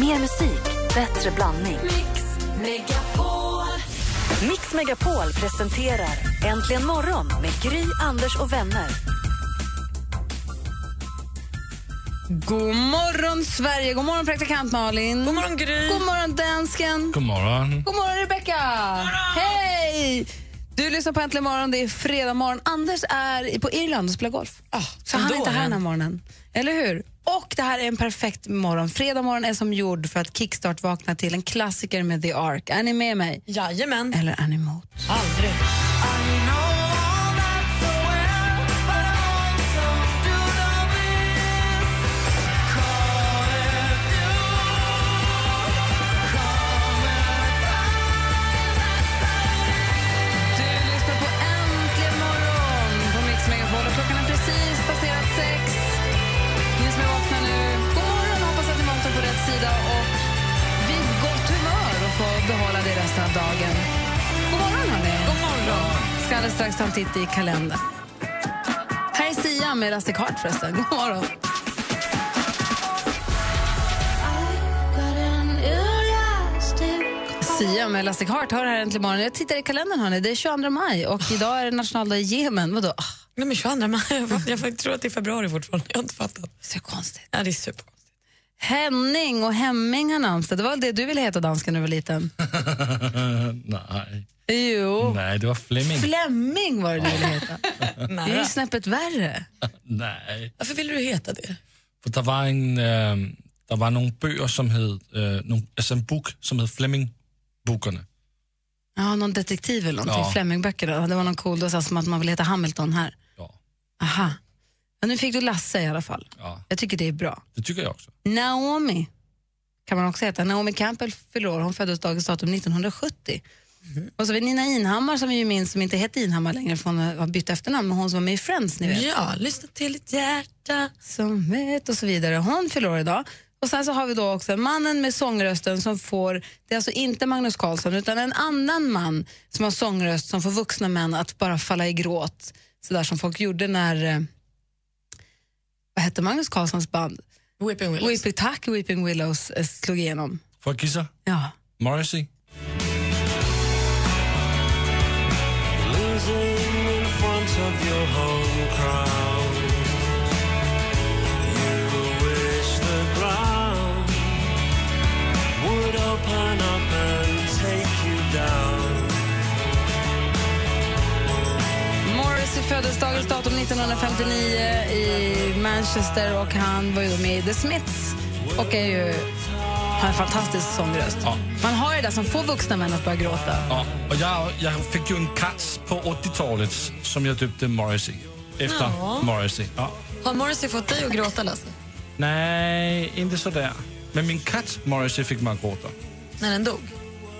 Mer musik, bättre blandning. Mix Megapol. Mix Megapol presenterar Äntligen morgon med Gry, Anders och vänner. God morgon, Sverige! God morgon, praktikant Malin! God morgon, Gry! God morgon, dansken! God morgon. God morgon, Rebecca! Hej! Du lyssnar på Äntligen morgon. Det är fredag morgon. Anders är i- på Irland och spelar golf. så han är inte här den här morgonen. Eller hur? Och det här är en perfekt morgon. Fredag morgon är som gjord för att kickstart-vakna till en klassiker med The Ark. Är ni med mig? Jajamän. Eller är ni emot? Aldrig. Du lyssnar på Äntligen morgon på Mix Megapol och klockan är precis passerat sex. Ni som är vakna nu, god morgon! Hoppas att ni vaknar på rätt sida och vid gott humör och får behålla det resten av dagen. God morgon, hörni! God morgon! Ska alldeles strax ta en titt i kalendern. Här är Sia med Elastic Heart förresten. God morgon! Sia med Elastic Heart har det här äntligen morgon. Jag tittar i kalendern, hörni. Det är 22 maj och idag är det nationaldag i Jemen. Vadå? Ah, Nej, men 22 maj. Jag tror att det är februari fortfarande. Jag har inte fattat. Så konstigt. Ja, det är super. Henning och Hemming har namnsdag. Det var väl det du ville heta dansken när du var liten? Nej. Jo. Nej, det var Fleming. Flemming var det du ville heta. Det är ju Nära. snäppet värre. Nej. Varför ville du heta det? För der var en, øh, der var nogle bøger, som hed, øh, nogle, altså en bok, som hed Fleming-bookerne. Ja, någon detektiv eller någonting. Ja. Flemmingböckerna. Det var någon cool, då sa som att man vill heta Hamilton här. Ja, Aha. Ja, nu fick du Lasse i alla fall. ja, Jag tycker det är bra. det tycker jag också. Naomi kan man också heta. Naomi Campbell fyller år. Hon föddes dagens datum 1970. Och så har vi Nina Inhammar som vi ju minns, som inte hette Inhammar längre för hon har bytt efternamn, men hon som var med i Friends, ni vet. Ja, lyssna till ditt hjärta. som vet och så vidare. Hon fyller år idag. Och sen så har vi då också mannen med sångrösten som får, det är alltså inte Magnus Carlsson utan en annan man som har sångröst som får vuxna män att bara falla i gråt. Sådär som folk gjorde när, eh, vad hette Magnus Carlssons band? Whipping Willows. Weeping, tack Weeping Willows eh, slog igenom. Får jag gissa? Ja. Morrissey? Morrissey föddes dagens datum 1959 i Manchester och han var ju då med i The Smiths och är ju, har en fantastisk sångröst. Ja. Man har det där som får vuxna män att börja gråta. Ja, og jeg, jeg fik jo en kat på 80-tallet, som jeg døbte Morrissey. Efter Morrissey. Ja. Har Morrissey fått dig att gråta, Lasse? Nej, inte sådär. Men min kat Morrissey fick mig att gråta. När den dog?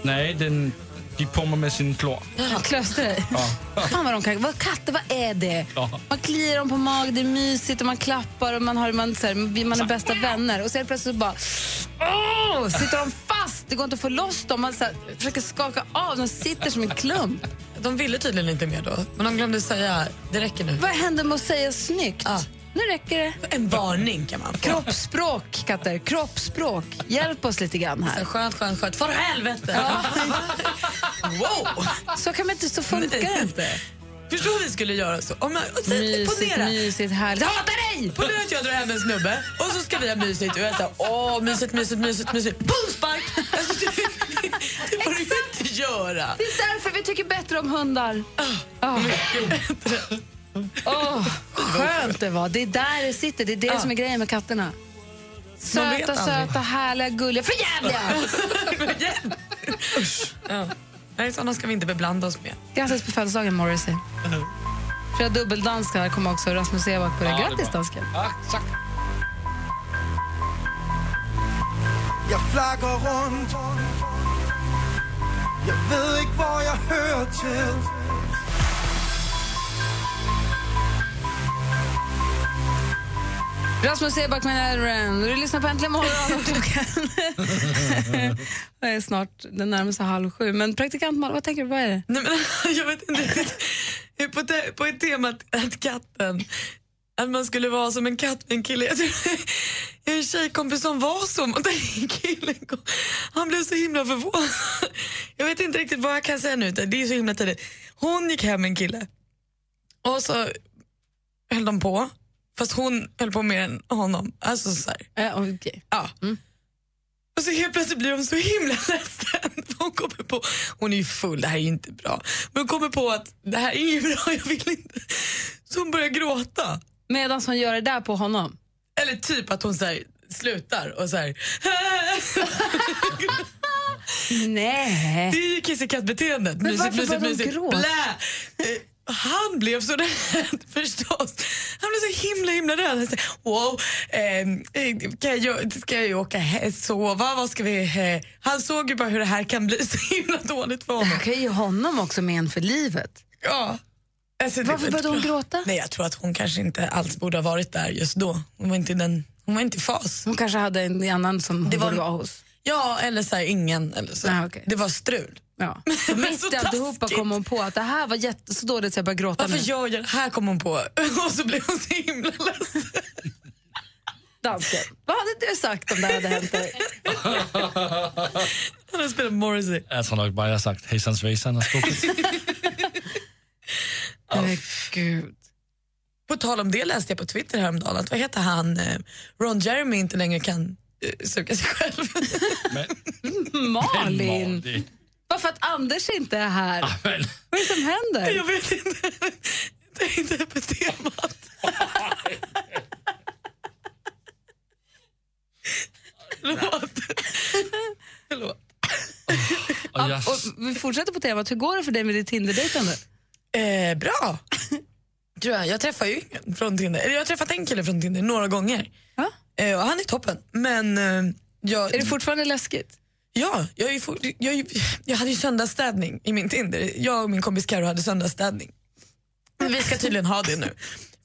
Nej, den gick på mig med sin klor. Ja. Klöster dig. Ja. Fan vad de kan, vad katter, vad är det? Ja. Man kliar dem på magen, det är mysigt och man klappar och man, har, man, så här, man är bästa vänner och så helt plötsligt så bara Åh! sitter de fast, det går inte att få loss dem. Man så här, försöker skaka av, de sitter som en klump. De ville tydligen inte mer då, men de glömde säga det räcker nu. Vad händer med att säga snyggt? Ja. Nu räcker det. En varning kan man få. Kroppsspråk, katter. Kroppsspråk. Hjälp oss lite grann här. Skönt, skönt, skönt. För helvete! wow! Så kan man inte, så funkar det inte. Förstår om vi skulle göra så? Om jag, typ, Mysigt, ponera, mysigt, härligt. Jag hatar dig! ponera att jag drar hem en snubbe och så ska vi ha mysigt och jag säger åh mysigt, mysigt, mysigt, mysigt. Pum, spark! Alltså, det, det, det får du ju inte göra. Det är därför vi tycker bättre om hundar. Oh. Oh, skönt det var. Det är där det sitter. Det är det Ja. som är grejen med katterna. Man vet Söta, aldrig. söta, härliga, gulliga, förjävliga! Usch. Ja. Nej, sådana ska vi inte beblanda oss med. Grattis på födelsedagen, Morrissey. Flera dubbeldanskar här kommer också. Rasmus Evak på det. Ja, det är Grattis, bra. dansken. Ja, tak. Jeg flakker rundt Jeg ved ikke, hvor jeg hører til Rasmus Ebak med Aaron. Du lyssnar på Äntligen morgon. och Klockan det är snart den närmar sig halv sju. Men praktikant Malin, vad tänker du? Vad är det? Nej, men, jag vet inte riktigt. På, te- på ett tema att, att katten, att man skulle vara som en katt med en kille. Jag tror, en tjejkompis som var så mot en kille. en gång. Han blev så himla förvånad. Jag vet inte riktigt vad jag kan säga nu, det är så himla tidigt. Hon gick hem med en kille och så höll de på, fast hon höll på mer än honom. Alltså så här. Eh, okej. Ja. Och så helt plötsligt blir de så himla ledsen. För Hon kommer på, hon är ju full, det här är ju inte bra. Men hon kommer på att det här är ju bra, jag vill inte. Så hon börjar gråta. Medan hon gör det där på honom. Eller typ att hon så här, slutar och så här... "Äh." Nej. Det är ju kiss i katt-beteendet. Men varför började hon gråta? Blä! Eh, Han blev så rädd förstås. Han blev så himla himla rädd. Han sa, wow, ehm, eh, kan jag, ska jag åka he- sova? Vad ska vi, eh?" Han såg ju bara hur det här kan bli så himla dåligt för Det honom. här kan ju honom också men för livet. Ja. Alltså, det var Varför inte började hon bra. gråta? Nej, jag tror att hon kanske inte alls borde ha varit där just då. Hon var inte, i den, hon var inte i fas. Hon kanske hade en annan som hon Det var- borde vara hos. Ja, eller så här, ingen. Eller så. Ah, okej. Det var strul. Ja. Men så Mitt i alltihopa taskigt. kom hon på att det här var jätte, så dåligt så jag började gråta Varför nu. gör jag det här? kom hon på. Och så blev hon så himla ledsen. Dansken. Vad hade du sagt om det hade hänt dig? Han har spelat Morrissey. Jeg tror nok bare, jeg har sagt, hey, sans og skubbet. Men Gud. På tal om det läste jag på Twitter häromdagen att vad heter han, eh, Ron Jeremy inte längre kan eh, suga sig själv. Men, Malin! Malin. Bara för att Anders inte är här. Men, Vad är det som händer? jag vet inte. Det är inte på temat. Förlåt. Förlåt. og jeg, Och vi fortsätter på temat. Hur går det för dig med ditt Tinder-dejtande? Eh, bra. Tror jag. jag träffar ju ingen från Tinder. Eller jag har träffat en kille från Tinder några gånger. Ja? Eh, och han är toppen. Men eh, jag... Är det fortfarande läskigt? Ja, jag, är ju for- jag, är ju- jag hade ju söndagsstädning i min Tinder. Jag och min kompis Karo hade söndagsstädning. Men vi ska tydligen ha det nu.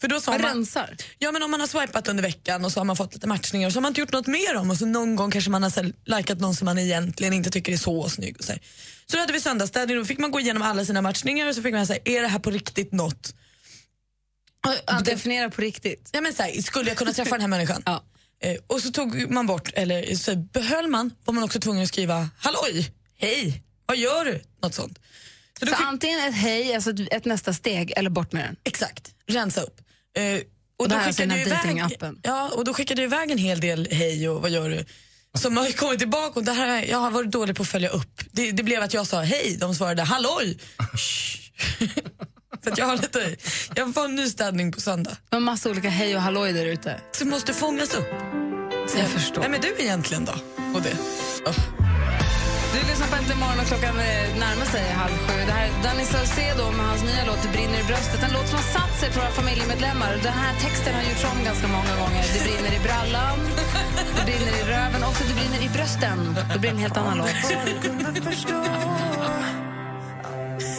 För då sa Man man, rensar. ja, men om man har swipat under veckan och så har man fått lite matchningar och så har man inte gjort något mer om och så någon gång kanske man har så här, likat någon som man egentligen inte tycker är så snygg. Och så, här. så då hade vi söndagsstädning och då fick man gå igenom alla sina matchningar och så fick man säga, är det här på riktigt något? Och, antingen- Definiera på riktigt. ja, men så här, skulle jag kunna träffa den här människan? Ja. Eh, och så tog man bort, eller så behöll man, var man också tvungen att skriva halloj, hej, vad gör du? Något sånt. Så då Så fick, antingen ett hej, alltså ett, ett nästa steg, eller bort med den. exakt, rensa upp. Eh, och, det då här är skickade den här jag iväg, datingappen. ja, och då skickade jag iväg en hel del hej och vad gör du? Som har kommit tillbaka och det här, jag har varit dålig på att följa upp. Det, det blev att jag sa hej, de svarade halloj. Shh. så att jag har lite, jag får en ny städning på söndag. Det var en massa olika hej och halloj där ute. som måste fångas upp. Jag förstår. Vem är du egentligen då? Och det. Du lyssnar på Äntligen morgon och klockan eh, närmar sig halv sju. Det här är Danny Saucedo med hans nya låt Det brinner i bröstet. En låt som har satt sig på våra familjemedlemmar. Den här texten har gjorts om ganska många gånger. Det brinner i brallan, det brinner i röven och så det brinner i brösten. Det blir en helt annan låt.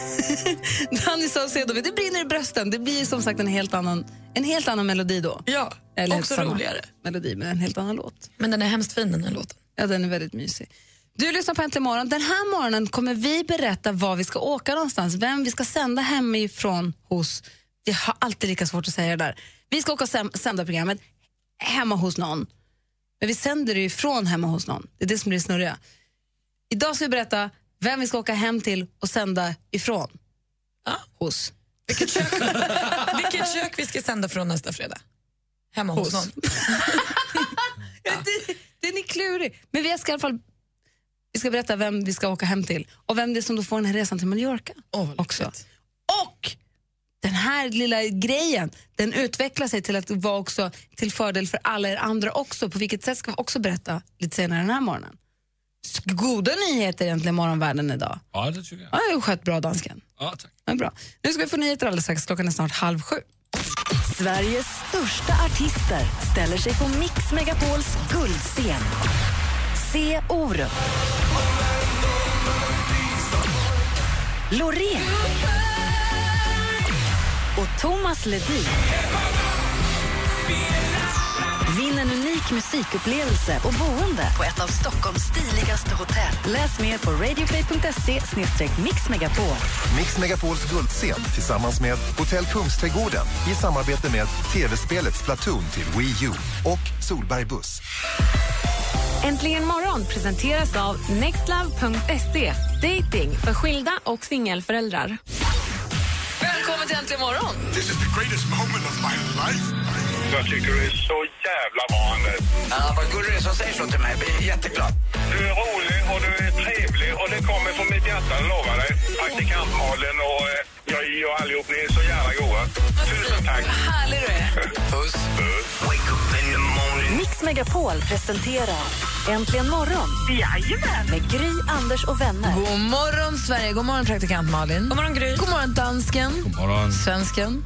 Danny Saucedo med Det brinner i brösten. Det blir som sagt en helt annan, en helt annan melodi då. Ja, Eller också samma roligare. melodi, men en helt annan låt. Men den är hemskt fin den här låten. Ja, den är väldigt mysig. Du lyssnar på Äntligen morgon. Den här morgonen kommer vi berätta var vi ska åka någonstans, vem vi ska sända hemifrån hos. Jag har alltid lika svårt att säga det där. Vi ska åka och säm- sända programmet hemma hos någon. Men vi sänder det ju från hemma hos någon. Det är det som blir snurriga. Idag ska vi berätta vem vi ska åka hem till och sända ifrån. Hos. Vilket kök vi ska sända från nästa fredag? Hemma hos, någon. Det, den är klurig. Men vi ska i alla fall vi ska berätta vem vi ska åka hem till och vem det är som då får den här resan till Mallorca. Åh, vad också. lyxigt. Och den här lilla grejen den utvecklar sig till att vara också till fördel för alla er andra också. På vilket sätt ska vi också berätta lite senare den här morgonen. S- Goda nyheter egentligen i morgonvärlden idag. ja, det tycker jeg. Ja, jag har skött bra dansken. Ja, tak. Men bra. Nu ska vi få nyheter alldeles strax. Klockan är snart halv sju. Sveriges största artister ställer sig på Mix Megapols guldscen. Se Orup. Loreen. Och Thomas Ledin vinner en unik unik musikupplevelse och boende på ett av Stockholms stiligaste hotell. Läs mer på radioplay.se mixmegapol. Mix Megapols guldscen tillsammans med Hotell Kungsträdgården i samarbete med tv-spelet Splatoon till Wii U och Solberg Buss. Äntligen morgon presenteras av nextlove.se. Dating för skilda och singelföräldrar. Välkommen till Äntligen morgon! This is the greatest moment of my life. Jag tycker du är så jävla bra, Anders. Ja, vad gullig du är som säger så till mig. Jag blir jätteglad. Du är rolig och du är trevlig och det kommer från mitt hjärta, jag lovar dig. Praktikant Malin och eh, jag och allihop, ni är så jävla goa. Tusen tack. Härlig du är. Puss. Wake up in the morning. Mix Megapol presenterar Äntligen morgon Jajamän. med Gry, Anders och vänner. God morgon, Sverige. God morgon, praktikant Malin. God morgon, Gry. God morgon, dansken. God morgon. Svensken.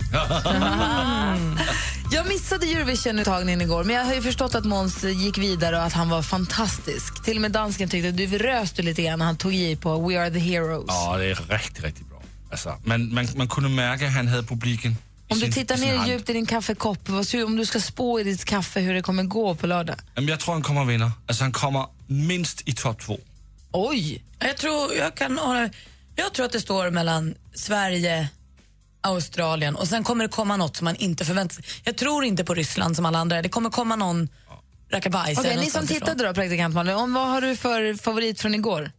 jag missade Eurovision-uttagningen igår, men jag har ju förstått att Måns gick vidare och att han var fantastisk. Till och med dansken tyckte att du röste lite grann när han tog i på We are the heroes. Ja, det är riktigt, riktigt bra. Alltså, man, man, man kunde märka att han hade publiken. i Om du sin- tittar i sin ner hand. djupt i din kaffekopp, vad ser- om du ska spå i ditt kaffe hur det kommer gå på lördag. Jamen, jag tror han kommer att vinna. Alltså, han kommer minst i topp två. Oj! Jag tror, jag, kan, hålla- jag tror att det står mellan Sverige, Australien och sen kommer det komma något som man inte förväntar sig. Jag tror inte på Ryssland som alla andra. Det kommer komma någon rackabajsare Okej, ni som någonstans ifrån. tittade då, praktikant Malin, om vad har du för favorit från igår?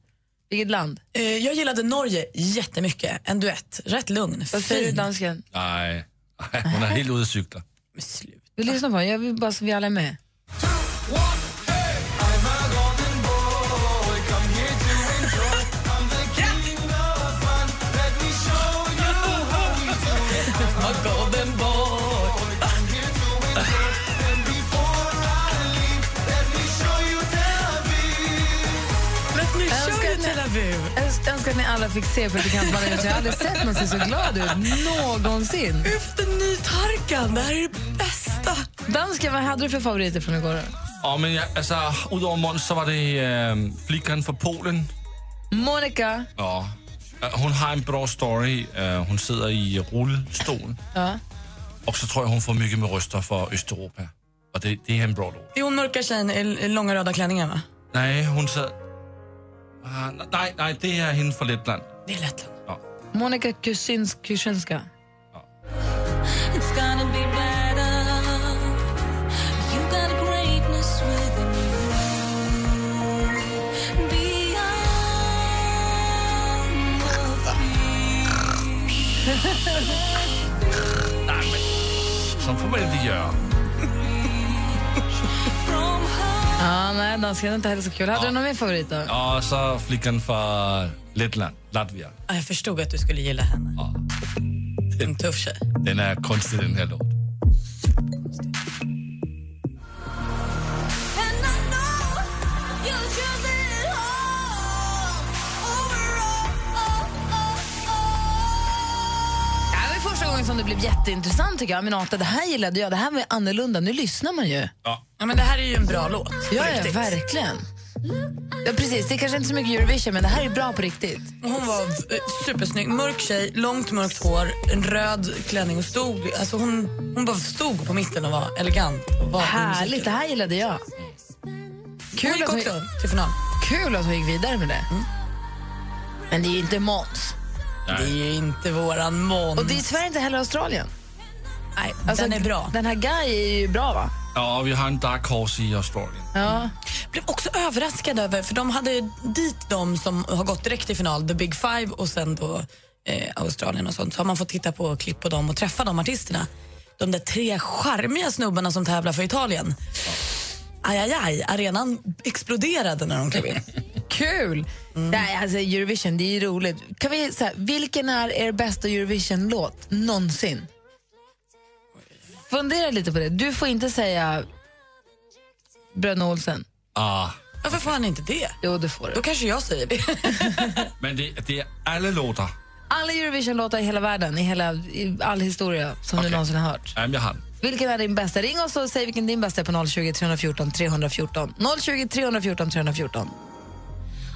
Vilket land? Eh, Jag gillade Norge jättemycket. En duett. Rätt lugn. Vad säger du, fin. dansken? Nej, nej, hon är helt ute och cyklar. Men slut. Vi lyssnar på den, jag vill bara så vi alla är med. Let me Önskar show you ni- Tel Aviv. Jag öns- önskar att ni alla fick se praktikant Malin, jag har aldrig sett någon se så glad ut någonsin. Efter nytarkan. Det här är det bästa. Dansken, vad hade du för favoriter från igår? då? Ja, men jag, alltså, utöver Måns så var det äh, flickan från Polen. Monica, Ja. Øh, Hun har en bra story. Øh, Hun sidder i rullestol. Ja. Och så tror jag hon får mycket med röster från Östeuropa. Och det, det är en bra låt. Det är hon mörka tjejen i i långa röda klänningar, va? Nej, hon sad... Ah, nej, nej, det är hende fra Letland. Det är Lettland. Monica Kusins, Kusinska. Som får man inte göra. Ja, nej, dansken är inte heller så kul. Hade du någon mer favorit då? Och så flickan från Lettland, Latvia. Ja, Jag förstod att du skulle gilla henne. En tuff tjej. Den är konstig, den här låten. Det här var ju första gången som det blev jätteintressant tycker jag. Aminata, det här gillade jag, det här var ju annorlunda. Nu lyssnar man ju. Ja, men det här är ju en bra låt. Ja, På ja riktigt. verkligen. Ja, precis. Det är kanske inte så mycket Eurovision, men det här är bra på riktigt. Och Hon var eh, supersnygg. Mörk tjej, långt mörkt hår, en röd klänning och stod... Alltså hon, hon bara stod på mitten och var elegant. Och var Härligt, det här gillade jag. Kul hon att gick hon- också till final. Kul att hon gick vidare med det. Mm. Men det är ju inte Måns. Det är ju inte våran Måns. Och det är tyvärr inte heller Australien. Nej, Alltså, den är bra. Den här Guy är ju bra, va? Ja, vi har en dark horse i Australien. Ja. blev också överraskad över, för de hade ju dit de som har gått direkt till final, the big five och sen då eh, Australien och sånt, så har man fått titta på klipp på dem och träffa de artisterna. De där tre charmiga snubbarna som tävlar för Italien. Aj, aj, aj, arenan exploderade när de klev in. Kul! Nej, alltså Eurovision, det är ju roligt. Kan vi, så här, vilken är er bästa Eurovision-låt någonsin? Fundera lite på det. Du får inte säga Bröderna Olsen. Ah, Varför får han inte det? Jo, det får du. Då kanske jag säger det. men det, det är alla låtar. Alla Eurovision-låtar i hela världen, i, hela, i all historia som du Okej. någonsin har hört. Jamen, jag har den. Vilken är din bästa? Ring oss och säg vilken din bästa är på 020 314 314. 020 314 314.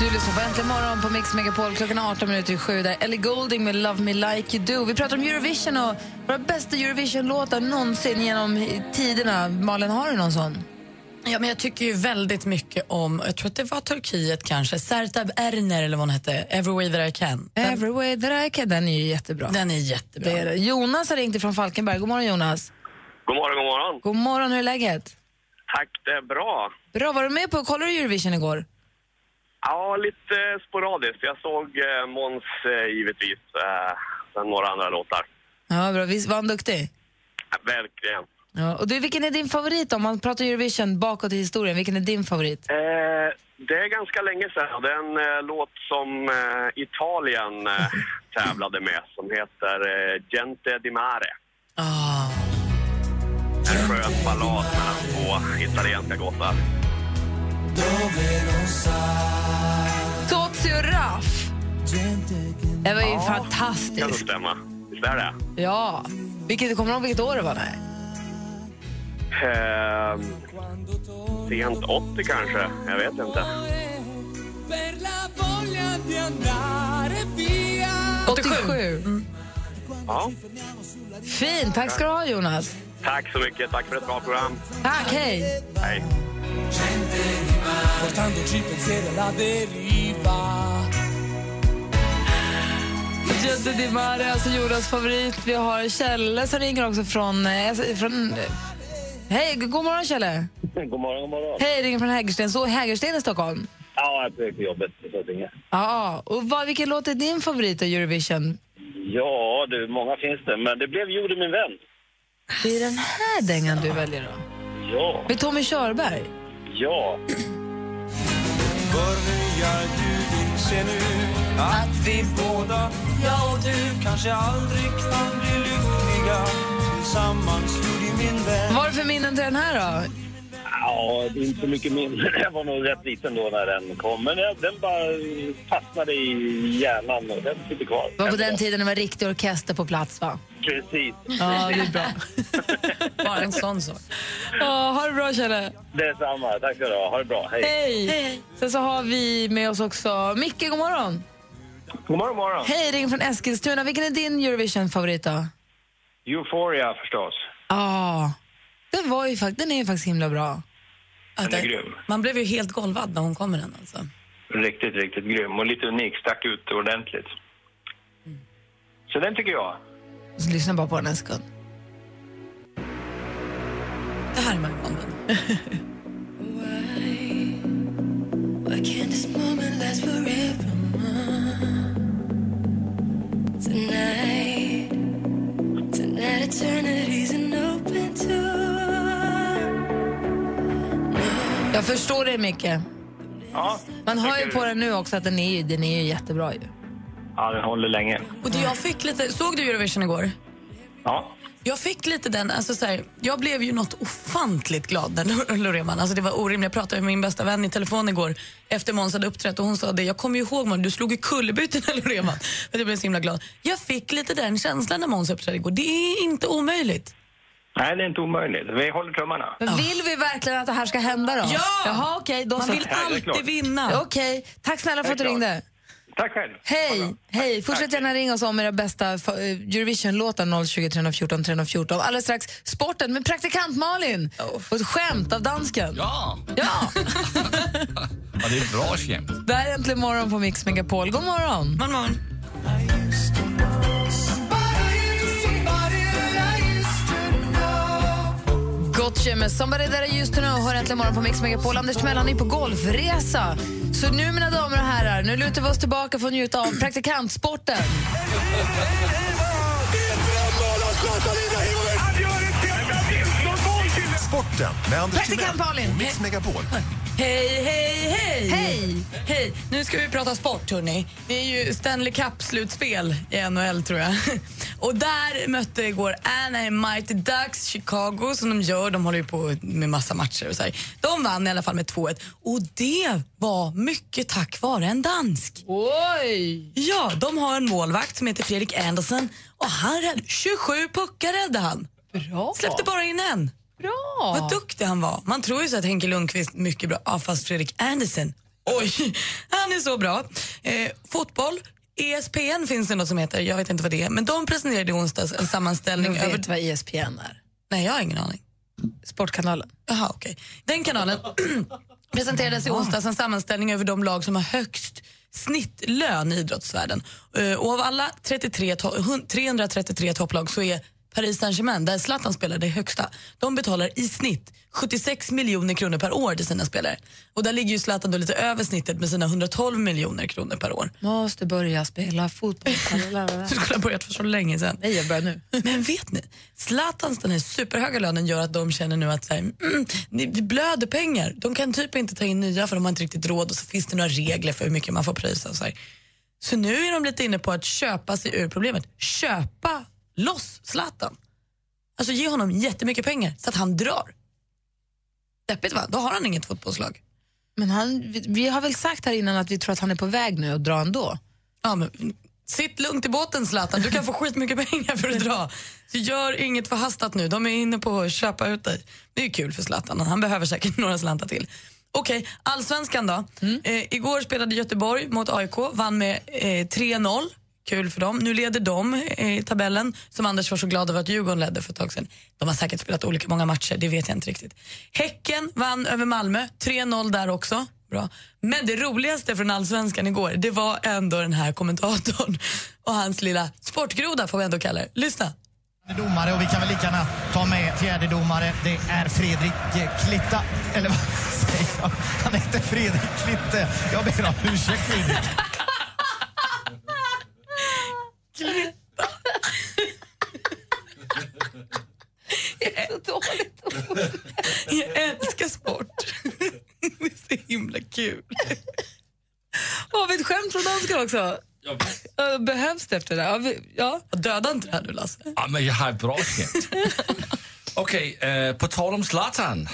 Du lyssnar på Äntligen morgon på Mix Megapol. Klockan är 18 minuter i sju. Där Ellie Goulding med Love Me Like You Do. Vi pratar om Eurovision och våra bästa Eurovision-låtar någonsin genom tiderna. Malin, har du någon sån? Ja, men jag tycker ju väldigt mycket om, jag tror att det var Turkiet kanske, Sertab Erener eller vad hon hette, Every way that I can. Den, Every way that I can. Den är ju jättebra. den är jättebra. Det är det. Jonas har ringt ifrån Falkenberg. God morgon, Jonas. God morgon, god morgon. God morgon, hur är läget? Tack, det är bra. Bra, var du med på, kollade du Eurovision igår? Ja, lite sporadiskt. Jag såg eh, Måns eh, givetvis, eh, sen några andra låtar. Ja, bra. Visst, var han duktig? Ja, verkligen. Ja. Och du, vilken är din favorit om man pratar Eurovision bakåt i historien? Vilken är din favorit? Eh, det är ganska länge sedan. Det är en eh, låt som eh, Italien eh, tävlade med som heter eh, Gente di Mare. Ah. En skön ballad mellan två italienska gåtar. Tozzi och Raff! Det var ju Kan det fantastiskt. stämma? Visst är det? Ja. Vilket, kommer du ihåg vilket år det var? Nej. Eh, sent 80 kanske? Jag vet inte. 87. 87. Ja. Fint. Tack ska du ha, Jonas. Tack så mycket. Tack för ett bra program. Tack, hej. Hej. Jesse Di Mare, alltså Jonas favorit. Vi har Kjelle som ringer också från... eh, från eh, hej, god morgon Kjelle. God morgon, god morgon. Hej, ringer från Hägersten. Så Hägersten i Stockholm. Ja, jag är på väg till jobbet i Södertälje. Ja, och vad, vilken låt är din favorit av Eurovision? Ja, du, många finns det, men det blev Gjorde min vän. Det är den här dängan du väljer då. Ja, Med Tommy Körberg. ja. Börjar du inse nu att vi båda, jag och du, kanske aldrig kan bli lyckliga tillsammans, Judy min vän. Vad var det för minnen till den här då? Ja, det är inte så mycket mindre. Jag var nog rätt liten då när den kom. Men jag- den bara fastnade i hjärnan och den sitter kvar. Det var på den tiden det var riktig orkester på plats va? Precis. Ja, det är bra. Bara en sån sak. Ja, ha det bra Kjelle. Detsamma. Tack ska du ha. Ha det bra. Hej. Hej. Sen så har vi med oss också Micke, god morgon. God morgon, morgon. Hej, ring från Eskilstuna. Vilken är din Eurovision-favorit då? Euphoria förstås. Ja, den var ju fakt- den är ju faktiskt himla bra. Att Den är det- grym. Man blev ju helt golvad när hon kom med den. Alltså. Riktigt, riktigt grym. Och lite unik. Stack ut ordentligt. Mm. Så den tycker jag. Så lyssna bara på den en sekund. Det här är man van vid. Jag förstår dig Micke. Ja. Man hör ju Tycker- på den nu också att den är ju, den är ju jättebra ju. Ja, den håller länge. Och det jag fick lite, såg du Eurovision igår? Ja. Jag fick lite den, alltså så här, jag blev ju något ofantligt glad när Lor- Loreman, alltså det var orimligt. Jag pratade med min bästa vän i telefon igår efter Måns hade uppträtt och hon sa det, jag kommer ju ihåg man, du slog ju kullerbyten när Loreman. Men jag blev så himla glad. Jag fick lite den känslan när Måns uppträdde igår. Det är inte omöjligt. Nej, det är inte omöjligt. Vi håller tummarna. Men vill vi verkligen att det här ska hända då? Ja! Jaha, okej. då Man så. vill Ja, det är klart. alltid vinna. Okej, tack snälla för att du Det är klart. ringde. Tack själv. Hej, hej. Fortsätt gärna ringa oss om era bästa fa- eh, Eurovision-låtar 020 314 314. Alldeles strax sporten med praktikant Malin och ett skämt av dansken. Ja, Ja, och det är ett bra skämt. det här är Äntligen morgon på Mix Megapol. God morgon! Man, man. Gotcha med Somebody That I Used To Know hör Äntligen morgon på Mix Megapol. Anders Timell han är på golfresa. Så nu mina damer och herrar, nu lutar vi oss tillbaka för att njuta av praktikantsporten. Sporten med Anders Praktikant Malin. och Mix Megapol. Hej, hej, hej! Hej! Hej! Nu ska vi prata sport, hörni. Det är ju Stanley Cup-slutspel i NHL, tror jag. Och där mötte igår Anaheim Mighty Ducks Chicago, som de gör. De håller ju på med massa matcher och så här. De vann i alla fall med 2-1. Och det var mycket tack vare en dansk. Oj! Ja, de har en målvakt som heter Fredrik Andersen och han räddade 27 puckar räddade han. Bra! Släppte bara in en. Bra! Vad duktig han var. Man tror ju så att Henke Lundqvist mycket bra, ja, fast Fredrik Andersen, Oj, han är så bra. Eh, fotboll, ESPN finns det något som heter, jag vet inte vad det är, men de presenterade i onsdags en Du sammanställning vet över... vad E ESPN är? Nej, jag har ingen aning. Sportkanalen. Jaha, okej. Den kanalen presenterades i onsdags en sammanställning över de lag som har högst snittlön i idrottsvärlden. Eh, Och av alla 33 to- hun- 333 topplag så är Paris Saint-Germain, där Zlatan spelar, det högsta. De betalar i snitt 76 miljoner kronor per år till sina spelare. Och där ligger ju Zlatan då lite över snittet med sina 112 miljoner kronor per år. Måste börja spela fotboll. Du skulle ha börjat för så länge sedan. Nej, jag börjar nu. Men vet ni, Zlatans den här superhöga lönen gör att de känner nu att så här, mm, ni- vi blöder pengar. De kan typ inte ta in nya för de har inte riktigt råd och så finns det några regler för hur mycket man får pröjsa. och Så, här. så nu är de lite inne på att köpa sig ur problemet. Köpa loss Zlatan. Alltså ge honom jättemycket pengar så att han drar. Deppigt va? Då har han inget fotbollslag. Men han, vi, vi har väl sagt här innan att vi tror att han är på väg nu att dra ändå. Ja, men, sitt lugnt i båten Zlatan, du kan få skitmycket pengar för att dra. Så gör inget förhastat nu, de är inne på att köpa ut dig. Det är ju kul för Zlatan, han behöver säkert några slantar till. Okej, allsvenskan då. Eh, igår spelade Göteborg mot AIK, vann med eh, 3-0. Kul för dem. Nu leder de eh, tabellen, som Anders var så glad över att Djurgården ledde för ett tag sedan. De har säkert spelat olika många matcher, det vet jag inte riktigt. Häcken vann över Malmö, 3-0 där också. Bra. Men det roligaste från Allsvenskan igår, det var ändå den här kommentatorn och hans lilla sportgroda får vi ändå kalla det. Lyssna. Domare och vi kan väl lika gärna ta med fjärde domare. Det är Fredrik Klitta. Eller vad säger jag? Han heter Fredrik Klitte. Jag ber om ursäkt Fredrik. Jag älskar sport. Det är så himla kul. Har vi ett skämt från dansken också? Ja, Behövs det efter det? Ja, vi, ja. Döda inte det här nu Lasse. Ja, men jag har ett bra skämt. Okej, eh, på tal om Zlatan.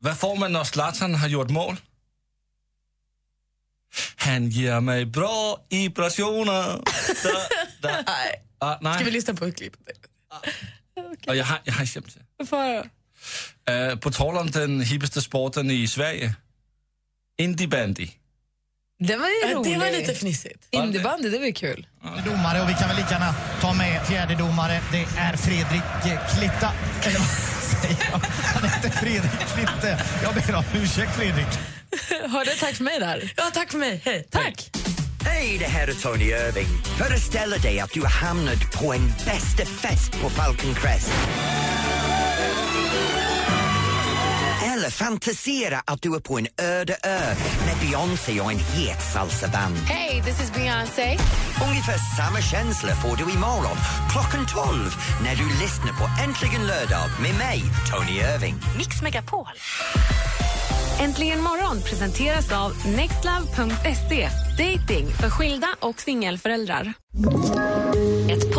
Vad får man när Zlatan har gjort mål? Han ger mig bra vibrationer. Da, da. Ah, Ska vi nej, lyssna på ett klipp? och jag har, jag har ett skämt till. Vad får jag då? Eh, på tal om den hippaste sporten i Sverige. Indiebandy. Det var ju roligt. Det var lite fnissigt. Innebandy, det var ju kul. Domare och vi kan väl lika gärna ta med fjärde domare. Det är Fredrik Klitta. Eller vad säger jag? Han heter Fredrik Klitte. Jag ber om ursäkt Fredrik. Hörde tack för mig där. Ja, tack för mig. Hej. Tack! Hej, det här är Tony Irving. Föreställ dig att du har hamnat på en bästa fest på Falcon Crest. Eller fantisera att du är på en öde ö med Beyoncé och en het salsaband. Hey, this is Beyoncé. Ungefär samma känsla får du imorgon klockan 12 när du lyssnar på Äntligen lördag med mig, Tony Irving. Mix Megapol. Äntligen morgon presenteras av nextlove.se. Dating för skilda och singelföräldrar. Ett